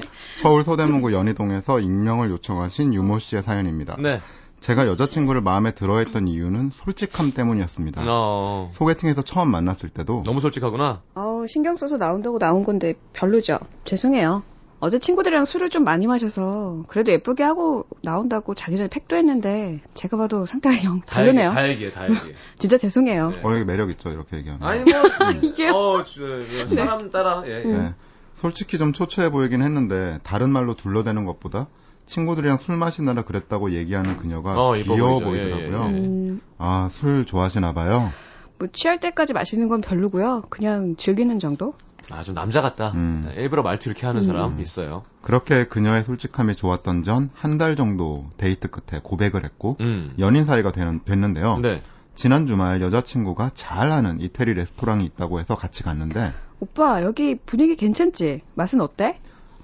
F: 서울 서대문구 연희동에서 익명을 요청하신 유모 씨의 사연입니다.
A: 네.
F: 제가 여자친구를 마음에 들어했던 이유는 솔직함 때문이었습니다.
A: 어,
F: 소개팅에서 처음 만났을 때도
A: 너무 솔직하구나.
E: 아우, 신경 써서 나온다고 나온 건데 별로죠. 죄송해요. 어제 친구들이랑 술을 좀 많이 마셔서 그래도 예쁘게 하고 나온다고 자기 전에 팩도 했는데 제가 봐도 상당히 영 별로네요.
A: 다얘기해다 얘기해.
E: 진짜 죄송해요.
A: 네.
F: 어, 여기 매력 있죠, 이렇게 얘기하면.
A: 아니, 뭐,
E: 이게
A: 어, 저, 저, 사람 따라, 예, 예.
F: 네. 솔직히 좀 초췌해 보이긴 했는데 다른 말로 둘러대는 것보다 친구들이랑 술 마시느라 그랬다고 얘기하는 그녀가
A: 어, 이뻐
F: 귀여워
A: 보이죠. 예,
F: 보이더라고요.
A: 예, 예.
E: 음,
F: 아, 술 좋아하시나 봐요.
E: 뭐 취할 때까지 마시는 건 별로고요. 그냥 즐기는 정도?
A: 아, 좀 남자 같다.
F: 음.
A: 네, 일부러 말투 이렇게 하는 사람 있어요.
F: 그렇게 그녀의 솔직함이 좋았던 전 한 달 정도 데이트 끝에 고백을 했고
A: 음.
F: 연인 사이가 되는, 됐는데요.
A: 네.
F: 지난 주말 여자친구가 잘 아는 이태리 레스토랑이 있다고 해서 같이 갔는데
E: 오빠, 여기 분위기 괜찮지? 맛은 어때?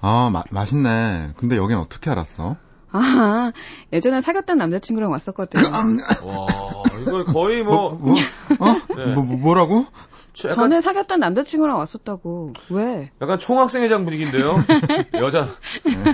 F: 아, 마- 맛있네. 근데 여긴 어떻게 알았어?
E: 아, 예전에 사귀었던 남자친구랑 왔었거든요.
A: 와, 이걸 거의 어. 뭐,
F: 뭐, 어?
A: 네.
F: 뭐, 라고
A: 약간
E: 전에 사귀었던 남자친구랑 왔었다고. 왜?
A: 약간 총학생회장 분위기인데요. 여자.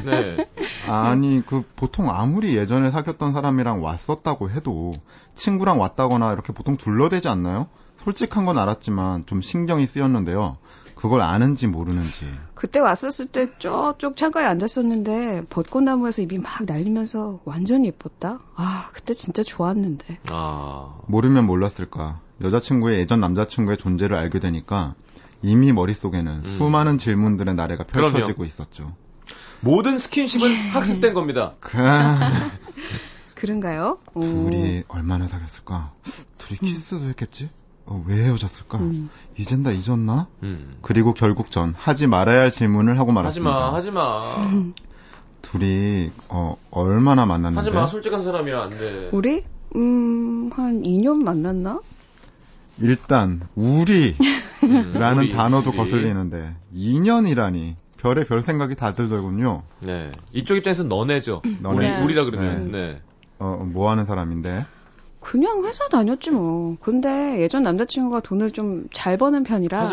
A: 네.
F: 아니, 그, 보통 아무리 예전에 사귀었던 사람이랑 왔었다고 해도 친구랑 왔다거나 이렇게 보통 둘러대지 않나요? 솔직한 건 알았지만 좀 신경이 쓰였는데요. 그걸 아는지 모르는지.
E: 그때 왔었을 때 저쪽 창가에 앉았었는데 벚꽃나무에서 입이 막 날리면서 완전 예뻤다. 아 그때 진짜 좋았는데.
A: 아.
F: 모르면 몰랐을까. 여자친구의 예전 남자친구의 존재를 알게 되니까 이미 머릿속에는
A: 음.
F: 수많은 질문들의 나래가 펼쳐지고 있었죠.
A: 음. 모든 스킨십은 학습된 겁니다.
F: 그,
E: 그런가요? 오.
F: 둘이 얼마나 사귀었을까?
A: 음.
F: 둘이 키스도 했겠지? 어, 왜 헤어졌을까?
E: 음.
F: 이젠 다 잊었나?
A: 음.
F: 그리고 결국 전 하지 말아야 할 질문을 하고 말았습니다.
A: 하지마, 하지마.
F: 둘이 어, 얼마나 만났는데?
A: 하지마, 솔직한 사람이라 안 돼.
E: 우리 음, 한 2년 만났나?
F: 일단 우리라는
A: 음, 우리,
F: 단어도
A: 우리.
F: 거슬리는데 2년이라니 별의 별 생각이 다 들더군요.
A: 네. 이쪽 입장에서는 너네죠. 우리,
F: 너네.
A: 우리라 그러면. 네.
F: 어, 뭐 하는 사람인데?
E: 그냥 회사 다녔지 뭐. 근데 예전 남자친구가 돈을 좀 잘 버는 편이라
F: 아,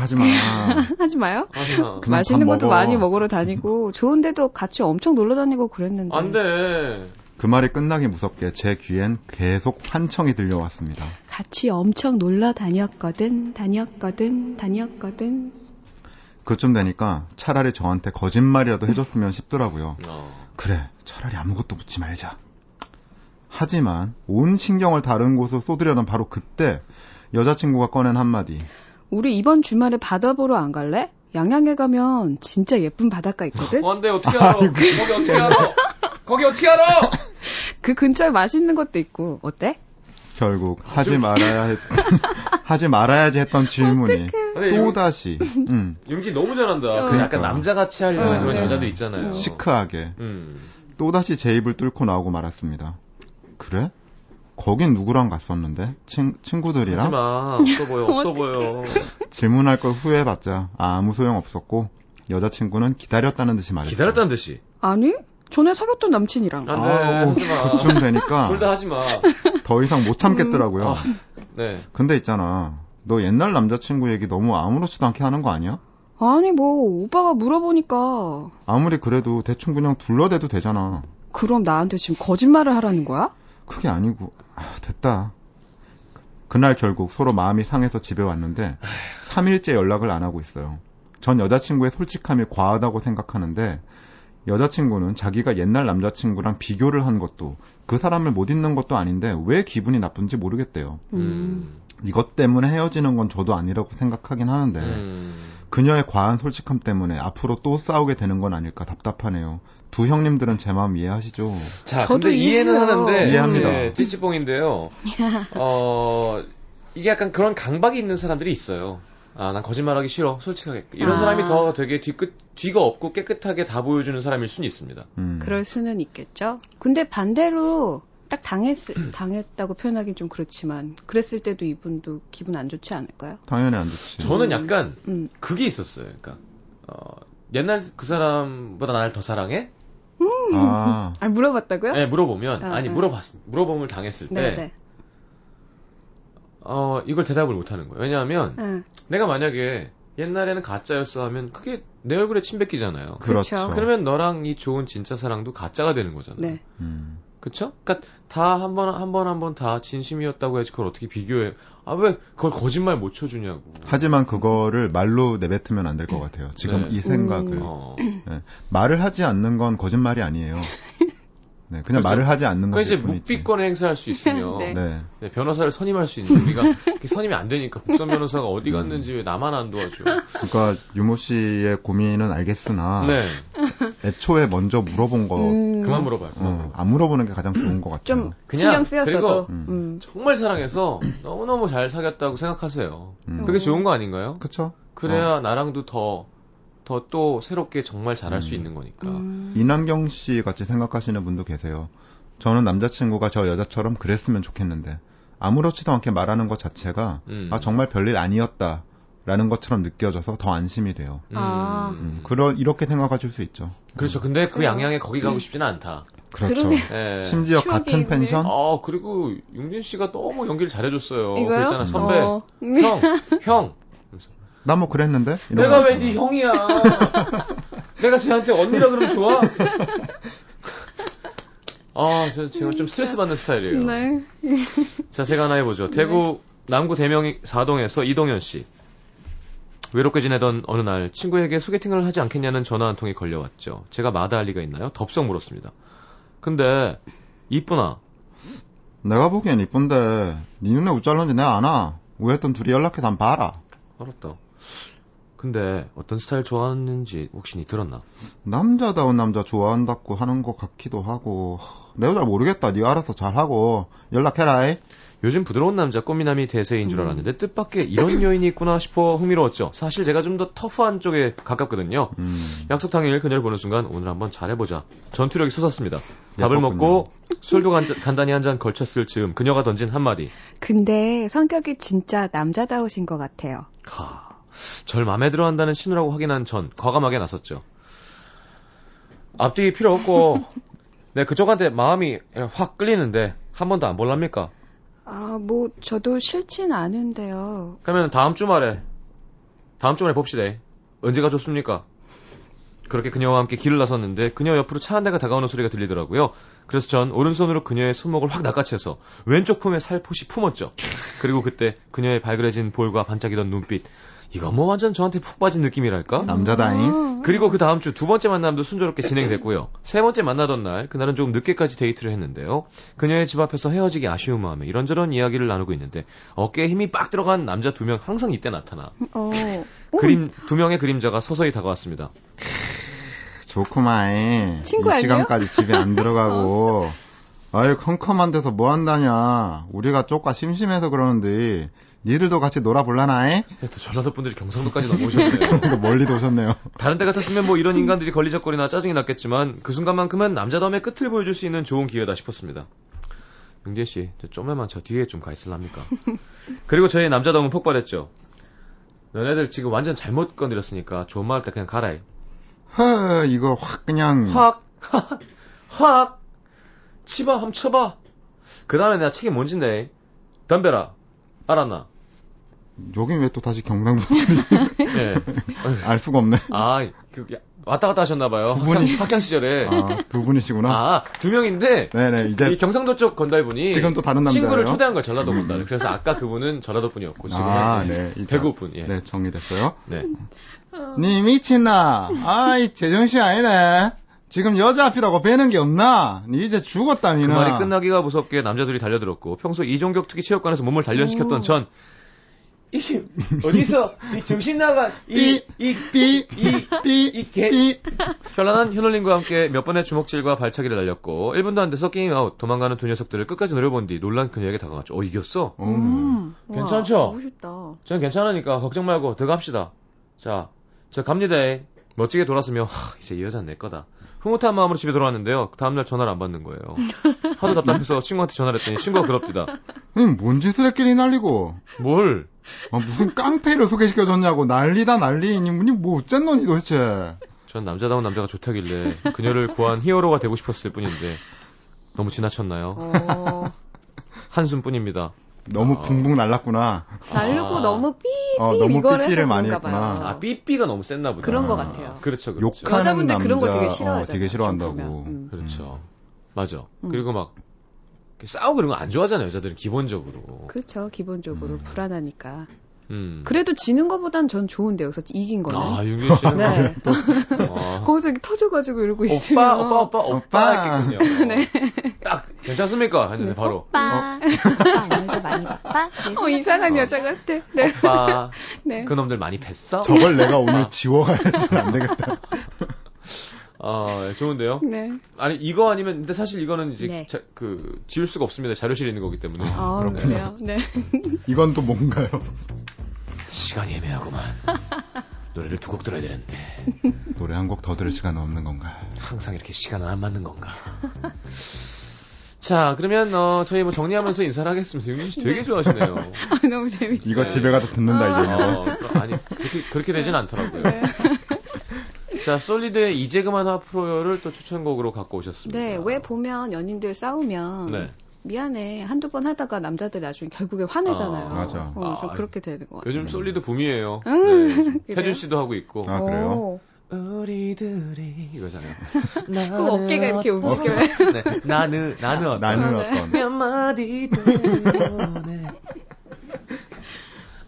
A: 하지마.
F: 하지 마.
E: 하지 마요.
A: 하지마.
F: 그냥
E: 맛있는
F: 밥
E: 것도
F: 먹어.
E: 많이 먹으러 다니고 좋은데도 같이 엄청 놀러 다니고 그랬는데
A: 안 돼.
F: 그 말이 끝나기 무섭게 제 귀엔 계속 환청이 들려왔습니다.
E: 같이 엄청 놀러 다녔거든 다녔거든 다녔거든
F: 그쯤 되니까 차라리 저한테 거짓말이라도 해줬으면 싶더라고요.
A: 어.
F: 그래, 차라리 아무것도 묻지 말자. 하지만 온 신경을 다른 곳으로 쏟으려던 바로 그때 여자친구가 꺼낸 한마디.
E: 우리 이번 주말에 바다 보러 안 갈래? 양양에 가면 진짜 예쁜 바닷가 있거든
A: 어, 안 돼. 어떻게 알아?
F: 아이고,
A: 거기 어떻게 알아? 거기 어떻게 알아?
E: 그 근처에 맛있는 것도 있고 어때?
F: 결국 하지 말아야 했, 하지 말아야지 했던 질문이
A: 근데
F: 또
A: 용,
F: 다시 음,
A: 용진 너무 잘한다. 그
F: 그러니까.
A: 약간 남자같이 하려는
E: 어,
A: 그런
E: 네.
A: 여자들 있잖아요.
F: 시크하게
A: 음.
F: 또 다시 제 입을 뚫고 나오고 말았습니다. 그래? 거긴 누구랑 갔었는데 친, 친구들이랑
A: 하지마. 없어 보여, 없어 보여.
F: 질문할 걸 후회해봤자 아무 소용 없었고 여자친구는 기다렸다는 듯이 말했어요.
A: 기다렸다는 듯이.
E: 아니 전에 사귀었던 남친이랑
A: 안
F: 아우,
A: 돼. 하지마.
F: 그쯤 되니까
A: 둘 다 하지마.
F: 더 이상 못 참겠더라고요.
A: 아, 네.
F: 근데 있잖아. 너 옛날 남자친구 얘기 너무 아무렇지도 않게 하는 거 아니야?
E: 아니 뭐 오빠가 물어보니까
F: 아무리 그래도 대충 그냥 둘러대도 되잖아.
E: 그럼 나한테 지금 거짓말을 하라는 거야?
F: 그게 아니고 아, 됐다. 그날 결국 서로 마음이 상해서 집에 왔는데 3일째 연락을 안 하고 있어요. 전 여자친구의 솔직함이 과하다고 생각하는데 여자친구는 자기가 옛날 남자친구랑 비교를 한 것도 그 사람을 못 잊는 것도 아닌데 왜 기분이 나쁜지 모르겠대요.
A: 음.
F: 이것 때문에 헤어지는 건 저도 아니라고 생각하긴 하는데
A: 음.
F: 그녀의 과한 솔직함 때문에 앞으로 또 싸우게 되는 건 아닐까 답답하네요. 두 형님들은 제 마음 이해하시죠?
A: 자,
E: 저도
A: 근데 이해는
E: 이해해요.
A: 하는데
F: 이해합니다.
A: 네, 찌찌뽕인데요. 어 이게 약간 그런 강박이 있는 사람들이 있어요. 아, 난 거짓말하기 싫어. 솔직하게. 이런
E: 아.
A: 사람이 더 되게 뒤끝 뒤가 없고 깨끗하게 다 보여주는 사람일 수는 있습니다.
F: 음.
E: 그럴 수는 있겠죠. 근데 반대로 딱 당했 당했다고 표현하긴 좀 그렇지만 그랬을 때도 이분도 기분 안 좋지 않을까요?
F: 당연히 안 좋지.
A: 저는 약간
E: 음.
A: 그게 있었어요. 그러니까 어, 옛날 그 사람보다 날 더 사랑해?
F: 아.
E: 아 물어봤다고요?
A: 네, 물어보면
E: 아,
A: 아니
E: 아.
A: 물어봤 물어봄을 당했을 때
E: 네, 네.
A: 어, 이걸 대답을 못 하는 거예요. 왜냐하면
E: 네.
A: 내가 만약에 옛날에는 가짜였어 하면 그게 내 얼굴에 침 뱉기잖아요.
F: 그렇죠.
E: 그렇죠.
A: 그러면 너랑 이 좋은 진짜 사랑도 가짜가 되는 거잖아요.
E: 네.
F: 음.
A: 그쵸? 그니까 다 한 번 한 번 한 번 다 진심이었다고 해야지 그걸 어떻게 비교해. 아, 왜 그걸 거짓말 못 쳐주냐고.
F: 하지만 그거를 말로 내뱉으면 안 될 것 같아요. 지금
A: 네.
F: 이 생각을
A: 어.
F: 음. 말을 하지 않는 건 거짓말이 아니에요. 네, 그냥
A: 그렇죠.
F: 말을 하지 않는
A: 그러니까
F: 것일
A: 이제
F: 뿐이지.
A: 묵비권을 행사할 수 있으며
E: 네.
F: 네,
A: 네, 변호사를 선임할 수 있는 우리가 이렇게 선임이 안 되니까 국선 변호사가 어디
F: 음.
A: 갔는지 왜 나만 안 도와줘.
F: 그러니까 유모 씨의 고민은 알겠으나
A: 네,
F: 애초에 먼저 물어본 거,
E: 음,
A: 뭐, 그만 물어봐요. 그만
F: 어,
A: 물어봐요.
F: 안 물어보는 게 가장 좋은 것
E: 좀
F: 같아요.
A: 그냥
E: 신경
A: 그리고-
E: 쓰였어도 음.
A: 정말 사랑해서 너무너무 잘 사귀었다고 생각하세요.
F: 음.
A: 그게 좋은 거 아닌가요?
F: 그렇죠.
A: 그래야 나랑도 더, 더 또 새롭게 정말 잘할
F: 음.
A: 수 있는 거니까.
E: 음.
F: 이남경 씨 같이 생각하시는 분도 계세요. 저는 남자친구가 저 여자처럼 그랬으면 좋겠는데 아무렇지도 않게 말하는 것 자체가
A: 음.
F: 아 정말 별일 아니었다라는 것처럼 느껴져서 더 안심이 돼요.
A: 음.
E: 아.
F: 음, 그러 이렇게 생각하실 수 있죠.
A: 그렇죠. 근데 그 양양에 거기 가고 싶지는 않다.
F: 그렇죠.
A: 예.
F: 음. 심지어
I: 추억의
F: 같은
I: 인물.
F: 펜션
A: 아, 그리고 용진 씨가 너무 연기를 잘해줬어요.
E: 이거요?
A: 그랬잖아. 선배,
E: 어.
A: 형, 형.
F: 나 뭐 그랬는데 이런
A: 내가
F: 거
A: 왜 네 형이야? 내가 쟤한테 언니라 그러면 좋아? 아, 저 지금 좀 스트레스 받는 스타일이에요.
E: 네.
A: 자, 제가 하나 해보죠. 대구 남구 대명 4동에서 이동현 씨. 외롭게 지내던 어느 날 친구에게 소개팅을 하지 않겠냐는 전화 한 통이 걸려왔죠. 제가 마다할 리가 있나요? 덥석 물었습니다. 근데 이쁘나?
F: 내가 보기엔 이쁜데 네 눈에 우짤런지 내가 아나 우했던 둘이 연락해 난 봐라
A: 알았다. 근데 어떤 스타일 좋아하는지 혹시 니 들었나?
F: 남자다운 남자 좋아한다고 하는 것 같기도 하고 하, 내가 잘 모르겠다 네가 알아서 잘하고 연락해라
A: 요즘 부드러운 남자 꽃미남이 대세인 줄 알았는데 뜻밖의 이런 여인이 있구나 싶어 흥미로웠죠. 사실 제가 좀 더 터프한 쪽에 가깝거든요.
F: 음.
A: 약속 당일 그녀를 보는 순간 오늘 한번 잘해보자. 전투력이 솟았습니다. 밥을
F: 예뻤군요.
A: 먹고 술도 간, 간단히 한 잔 걸쳤을 즈음 그녀가 던진 한마디.
E: 근데 성격이 진짜 남자다우신 것 같아요.
A: 하, 절 마음에 들어 한다는 신호라고 확인한 전 과감하게 나섰죠. 앞뒤 필요 없고 네 그쪽한테 마음이 확 끌리는데 한 번도 안 볼랍니까?
E: 아, 뭐 저도 싫진 않은데요.
A: 그러면 다음 주말에 다음 주말에 봅시다. 언제가 좋습니까? 그렇게 그녀와 함께 길을 나섰는데 그녀 옆으로 차 한 대가 다가오는 소리가 들리더라고요. 그래서 전 오른손으로 그녀의 손목을 확 낚아채서 왼쪽 품에 살포시 품었죠. 그리고 그때 그녀의 발그레진 볼과 반짝이던 눈빛. 이건 뭐 완전 저한테 푹 빠진 느낌이랄까?
F: 남자다잉
A: 그리고 그 다음 주 두 번째 만남도 순조롭게 진행됐고요. 세 번째 만나던 날, 그날은 조금 늦게까지 데이트를 했는데요. 그녀의 집 앞에서 헤어지기 아쉬운 마음에 이런저런 이야기를 나누고 있는데 어깨에 힘이 빡 들어간 남자 두 명 항상 이때 나타나.
E: 어.
A: 그림 두 명의 그림자가 서서히 다가왔습니다.
F: 좋구만
E: 친구
F: 이
E: 아니에요?
F: 시간까지 집에 안 들어가고 아유 컴컴한 데서 뭐 한다냐 우리가 쪼까 심심해서 그러는데 니들도 같이 놀아볼라나
A: 근데 네, 또 전라도 분들이 경상도까지 넘어오셨네요.
F: 또 멀리도 오셨네요
A: 다른 때 같았으면 뭐 이런 인간들이 걸리적거리나 짜증이 났겠지만 그 순간만큼은 남자다움의 끝을 보여줄 수 있는 좋은 기회다 싶었습니다. 용재 씨, 저 좀만 저 뒤에 좀 가 있을랍니까? 그리고 저의 남자다움은 폭발했죠. 너네들 지금 완전 잘못 건드렸으니까 좋은 말 할 때 그냥 가라. 해.
F: 허 이거 확 그냥
A: 확, 확, 치바 함 쳐봐. 그 다음에 내가 책임 뭔지 내. 덤벼라. 알았나?
F: 여긴 왜 또 다시 경상북도인지
A: 예.
F: 알 수가 없네
A: 아, 그, 야, 왔다 갔다 하셨나봐요.
F: 두 분이-
A: 학창, 학창 시절에.
F: 아, 두 분이시구나
A: 아, 두 명인데,
F: 네네
A: 이
F: 이제
A: 경상도 쪽 건달분이
F: 지금 또 다른 남자예요?
A: 친구를 초대한 걸 전라도 건달. 그래서 아까 그분은 전라도 분이었고 지금
F: 아,
A: 은
F: 네. 일단-
A: 대구 분. 예. 네.
F: 네 정리됐어요 니 미친나 아이 제정신 아니네 지금 여자 앞이라고 배는 게 없나 니 이제 죽었다
A: 그
F: 니나
A: 말이 끝나기가 무섭게 남자들이 달려들었고 평소 이종격 특기 체육관에서 몸을 단련시켰던 전. 이 어디서 이 정신 나간 이 개-
F: 삐삐삐삐
A: 현란한 현울림과 함께 몇 번의 주먹질과 발차기를 날렸고 1분도 안 돼서 게임 아웃 도망가는 두 녀석들을 끝까지 노려본 뒤 놀란 그녀에게 다가갔죠. 어 이겼어?
F: 음.
A: 괜찮죠?
E: 멋있다.
A: 전 괜찮으니까 걱정 말고 들어갑시다. 자, 저 갑니다. 멋지게 돌았으며 하, 이제 이 여자는 내 거다. 흐뭇한 마음으로 집에 돌아왔는데요. 그 다음날 전화를 안 받는 거예요. 하도 답답해서 친구한테 전화를 했더니 친구가 그럽디다.
F: 음, 뭔 짓을 했길래 날리고
A: 뭘?
F: 아, 무슨 깡패를 소개시켜줬냐고 난리다 난리 니 뭐니 뭐 어쨌노니 도대체
A: 전 남자다운 남자가 좋다길래 그녀를 구한 히어로가 되고 싶었을 뿐인데 너무 지나쳤나요?
E: 어,
A: 한숨뿐입니다.
F: 너무
A: 아.
F: 붕붕 날랐구나
E: 날르고
A: 아.
E: 너무 삐
F: 어,
E: 삐
F: 너무
E: 이걸
F: 삐삐를
E: 해서
F: 많이
E: 그런가 봐요.
F: 했구나.
A: 아, 삐삐가 너무 셌나 보다.
E: 그런 것
F: 아.
E: 같아요.
A: 그렇죠, 그렇죠.
F: 욕하는
E: 여자분들
F: 남자
E: 그런 거 되게
F: 어,
E: 싫어하잖아요.
F: 되게
E: 좀
F: 싫어한다고
E: 보면. 음.
A: 그렇죠. 맞아.
E: 음.
A: 그리고 막 싸우고 이런 거 안 좋아하잖아요, 여자들은 기본적으로.
E: 그렇죠. 기본적으로
F: 음.
E: 불안하니까.
A: 음.
E: 그래도 지는 거보단 전 좋은데 여기서 이긴 거는.
A: 아, 윤규 씨는
E: 네.
A: 아.
E: 거기서 이렇게 터져가지고 이러고 있으면 어, 네.
A: 오빠, 오빠, 오빠, 오빠,
F: 어. 오빠.
A: 이렇게 했군요. 딱, 괜찮습니까? 했는데 바로,
I: 오빠. 오빠 이러면서 많이 바빠.
E: 어, 이상한
A: 어.
E: 여자 같아. 네.
A: 오빠,
F: 어,
E: 네.
A: 그놈들 많이 뵀어?
F: 저걸 내가
A: 아.
F: 오늘 지워가야지 안 되겠다
A: 아, 좋은데요?
E: 네.
A: 아니, 이거 아니면, 근데 사실 이거는 이제,
E: 네.
A: 자- 그, 지울 수가 없습니다. 자료실에 있는 거기 때문에.
E: 아,
F: 그렇군요.
E: 그래요. 네.
F: 이건 또 뭔가요
A: 시간이 애매하구만. 노래를 두 곡 들어야 되는데,
F: 노래 한 곡 더 들을 시간은 없는 건가
A: 항상 이렇게 시간은 안 맞는 건가. 자, 그러면, 어, 저희 뭐 정리하면서 인사를 하겠습니다. 윤진 씨 되게 좋아하시네요.
E: 아, 너무 재밌.
F: 이거
A: 네.
F: 집에 가서 듣는다 이제
A: 어, 그- 아니, 그렇게, 그렇게 되진 않더라고요.
E: 네.
A: 자, 솔리드의 이제 그만 화프로요를 또 추천곡으로 갖고 오셨습니다.
E: 네, 음. 왜 보면 연인들 싸우면
A: 네.
E: 미안해 한두 번 하다가 남자들 나중에 결국에 화내잖아요.
A: 아,
F: 맞아.
E: 어, 저
A: 아,
E: 그렇게 되는 것 같아요.
A: 요즘 솔리드 붐이에요.
E: 음,
A: 네.
E: 그래요?
A: 태준 씨도 하고 있고.
F: 아 그래요
E: 오,
A: 우리들이 이거잖아요.
E: 그 어깨가 이렇게 움직여요.
A: 네. 나는 나는 어떤
F: 나는
E: 아, 네.
F: 어떤
A: 몇 마디 때문에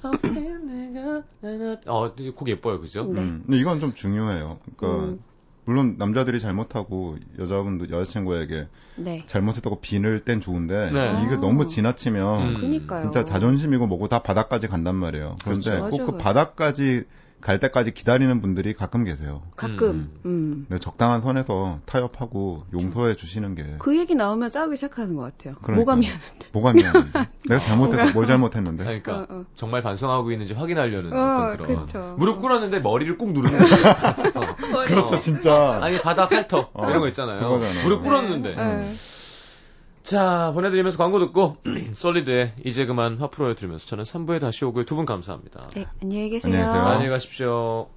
A: 앞에 내가 나는- 어, 되게 곡 예뻐요, 그죠?
E: 네.
F: 음, 근데 이건 좀 중요해요 그러니까
E: 음.
F: 물론 남자들이 잘못하고 여자분들 여자친구에게
E: 네.
F: 잘못했다고 비늘 땐 좋은데
A: 네.
F: 이게
E: 아.
F: 너무 지나치면
A: 음.
E: 그니까요.
F: 진짜 자존심이고 뭐고 다 바닥까지 간단 말이에요. 그런데
A: 그렇죠.
F: 꼭
E: 맞아요,
F: 그
E: 맞아요.
F: 바닥까지 갈 때까지 기다리는 분들이 가끔 계세요.
E: 가끔. 음.
F: 근데 적당한 선에서 타협하고 용서해 주시는 게
E: 그 얘기 나오면 싸우기 시작하는 것 같아요.
F: 그러니까요.
E: 뭐가 미안해.
F: 뭐가 미안한데 내가 잘못했어 뭘 잘못했는데
A: 그러니까
E: 어, 어.
A: 정말 반성하고 있는지 확인하려는
E: 어,
A: 어떤 그런
E: 그쵸.
A: 무릎 꿇었는데 머리를 꾹 누르는 거
F: 그렇죠 진짜
A: 아니 바닥 핥터
F: 어,
A: 이런 거 있잖아요.
F: 그거잖아요.
A: 무릎 꿇었는데.
E: 예.
A: 자 보내드리면서 광고 듣고 솔리드의 이제 그만 화풀어요 들으면서 저는 3부에 다시 오고요. 두 분 감사합니다.
I: 네, 안녕히 계세요.
F: 안녕히 계세요.
A: 안녕히 가십시오.